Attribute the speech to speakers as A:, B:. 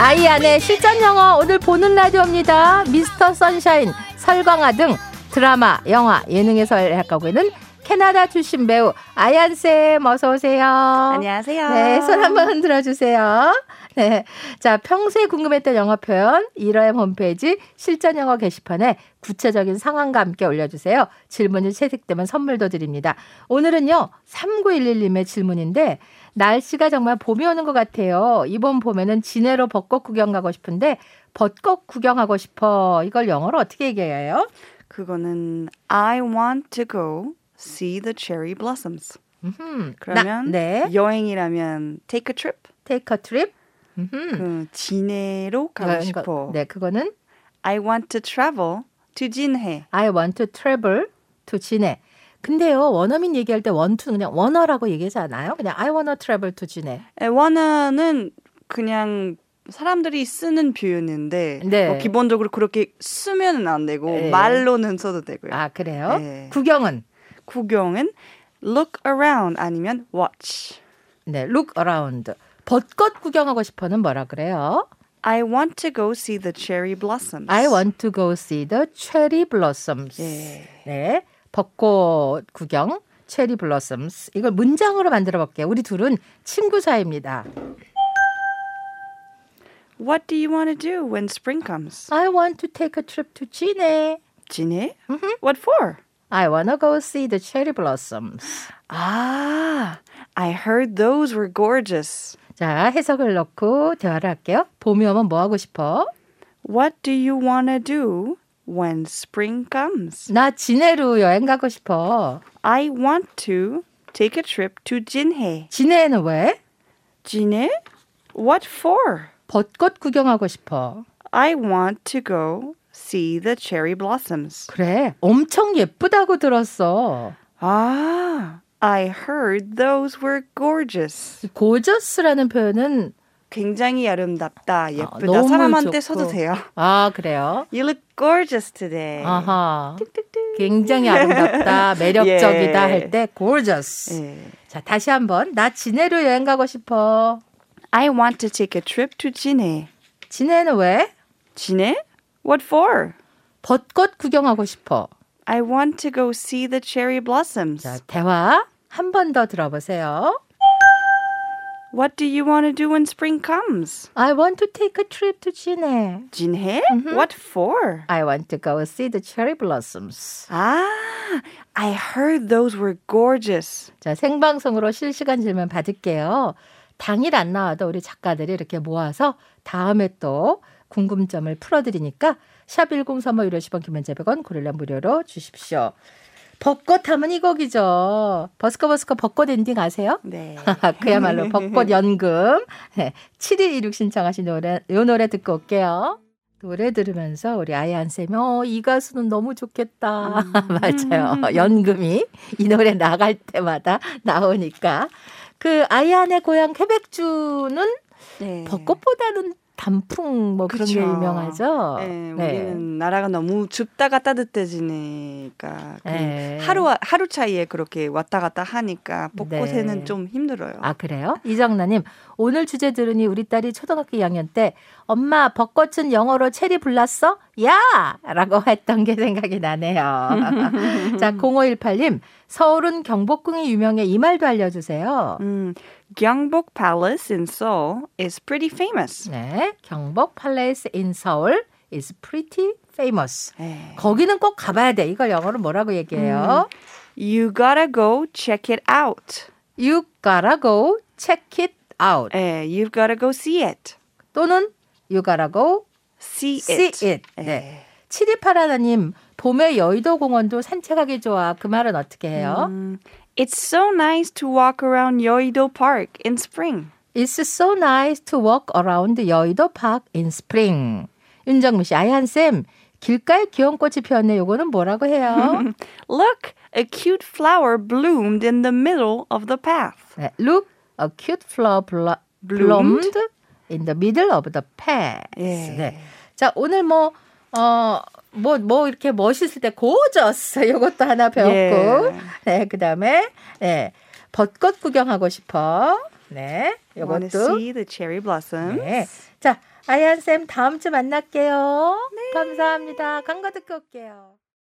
A: 아이안의 실전 영어 오늘 보는 라디오입니다. 미스터 선샤인, 설광화 등 드라마, 영화, 예능에서 활약하고 있는 캐나다 출신 배우 아이안 쌤 어서 오세요.
B: 안녕하세요.
A: 네, 손 한번 흔들어 주세요. 네. 자, 평소에 궁금했던 영어 표현 1화의 홈페이지 실전 영어 게시판에 구체적인 상황과 함께 올려주세요. 질문이 채택되면 선물도 드립니다. 오늘은요, 3911님의 질문인데, 날씨가 정말 봄이 오는 것 같아요. 이번 봄에는 진해로 벚꽃 구경 가고 싶은데, 벚꽃 구경하고 싶어. 이걸 영어로 어떻게 얘기해요?
B: 그거는 I want to go see the cherry blossoms.
A: 음흠.
B: 그러면
A: 나, 네.
B: 여행이라면 take a trip.
A: Take a trip. 음흠.
B: 그 진해로 가고
A: 그거-
B: 싶어.
A: 네, 그거는
B: I want to travel to 진해.
A: I want to travel to 진해. 근데요, 원어민 얘기할 때 원투는 그냥 원어라고 얘기하잖아요. 그냥 I wanna travel to 진해.
B: 에, wanna는 그냥 사람들이 쓰는 표현인데
A: 네.
B: 뭐 기본적으로 그렇게 쓰면은 안 되고
A: 네.
B: 말로는 써도 되고요.
A: 아, 그래요?
B: 네.
A: 구경은
B: 구경은 look around 아니면 watch.
A: 네, look around. 벚꽃 구경하고 싶어는 뭐라 그래요?
B: I want to go see the cherry blossoms.
A: I want to go see the cherry blossoms.
B: 예.
A: 네, 벚꽃 구경, 체리 블러썸스. 이걸 문장으로 만들어 볼게요. 우리 둘은 친구 사이입니다.
B: What do you want to do when spring comes?
A: I want to take a trip to 진해.
B: 진해? What for?
A: I wanna go see the cherry blossoms.
B: Ah, I heard those were gorgeous.
A: 자, 해석을 넣고 대화를 할게요. 봄이 오면 뭐 하고 싶어?
B: What do you want to do when spring comes?
A: 나 진해로 여행 가고 싶어.
B: I want to take a trip to 진해.
A: 진해는 왜?
B: 진해? What for?
A: 벚꽃 구경하고 싶어.
B: I want to go see the cherry blossoms.
A: 그래, 엄청 예쁘다고 들었어.
B: Ah, I heard those were gorgeous.
A: 고저스라는 표현은
B: 굉장히 아름답다, 예쁘다.
A: 너무 좋고.
B: 사람한테 써도 돼요.
A: 아 그래요.
B: You look gorgeous today.
A: 아하. 굉장히 아름답다, 매력적이다
B: 예.
A: 할 때 gorgeous.
B: 예.
A: 자, 다시 한번 나 진해로 여행 가고 싶어.
B: I want to take a trip to 진해.
A: 진해는 왜?
B: 진해? What for?
A: 벚꽃 구경하고 싶어.
B: I want to go see the cherry blossoms.
A: 자, 대화 한 번 더 들어보세요.
B: What do you want to do when spring comes?
A: I want to take a trip to 진해.
B: 진해?
A: Mm-hmm.
B: What for?
A: I want to go see the cherry blossoms.
B: Ah, I heard those were gorgeous.
A: 자, 생방송으로 실시간 질문 받을게요. 당일 안 나와도 우리 작가들이 이렇게 모아서 다음에 또 궁금점을 풀어드리니까 샵 1035, 150원, 김현재 100원, 고릴라 무료로 주십시오. 벚꽃 하면 이 곡이죠. 버스커버스커 벚꽃 엔딩 아세요?
B: 네.
A: 그야말로 벚꽃 연금. 네, 7126 신청하신 노래, 요 노래 듣고 올게요. 노래 들으면서 우리 아이한 쌤이 어, 이 가수는 너무
B: 음.
A: 좋겠다. 맞아요. 연금이 이 노래 나갈 때마다 나오니까. 그 아이한의 고향 케벡주는
B: 네.
A: 벚꽃보다는 단풍 뭐 그런 게
B: 그쵸.
A: 유명하죠.
B: 네, 우리는 나라가 너무 춥다가 따뜻해지니까 그
A: 네.
B: 하루 하루 차이에 그렇게 왔다 갔다 하니까 벚꽃에는
A: 네.
B: 좀 힘들어요.
A: 아 그래요? 이정나님 오늘 주제 들으니 우리 딸이 초등학교 2학년 때 엄마 벚꽃은 영어로 체리 불났어? 야라고 했던 게 생각이 나네요. 자 0518님 서울은 경복궁이 유명해 이 말도 알려주세요.
B: 음, 경복 Mm. Palace in Seoul is pretty famous.
A: 네 경복 팔레이스 인 서울 is pretty famous.
B: 네.
A: 거기는 꼭 가봐야 돼. 이걸 영어로 뭐라고 얘기해요?
B: 음. You gotta go check it out.
A: You gotta go check it out.
B: 네, Eh, you've gotta go see it.
A: 또는 You gotta go
B: See it. Eh.
A: see it. 네. 7281님, 봄에 여의도 공원도 산책하기 좋아. 그 말은 어떻게 해요?
B: 음, Mm. It's so nice to walk around Yoido Park in spring.
A: It's so nice to walk around 여의도 park in spring. 윤정미 씨, 아이한쌤, 길가에 귀여운 꽃이 피었네. 요거는 뭐라고 해요?
B: Look, a cute flower bloomed in the middle of the path.
A: 네, Look, a cute flower blo-
B: Bloomed.
A: bloomed in the middle of the path.
B: 예.
A: 네. 자, 오늘 뭐, 어, 뭐, 뭐, 이렇게 멋있을 때 고저스. 요것도 하나 배웠고.
B: 예.
A: 네, 그 다음에, 예. 벚꽃 구경하고 싶어. 네.
B: Want to
A: 요것도
B: see the cherry blossom?
A: 네. 자, 아이한 쌤 다음 주 만날게요. 감사합니다. 광고 듣고 올게요.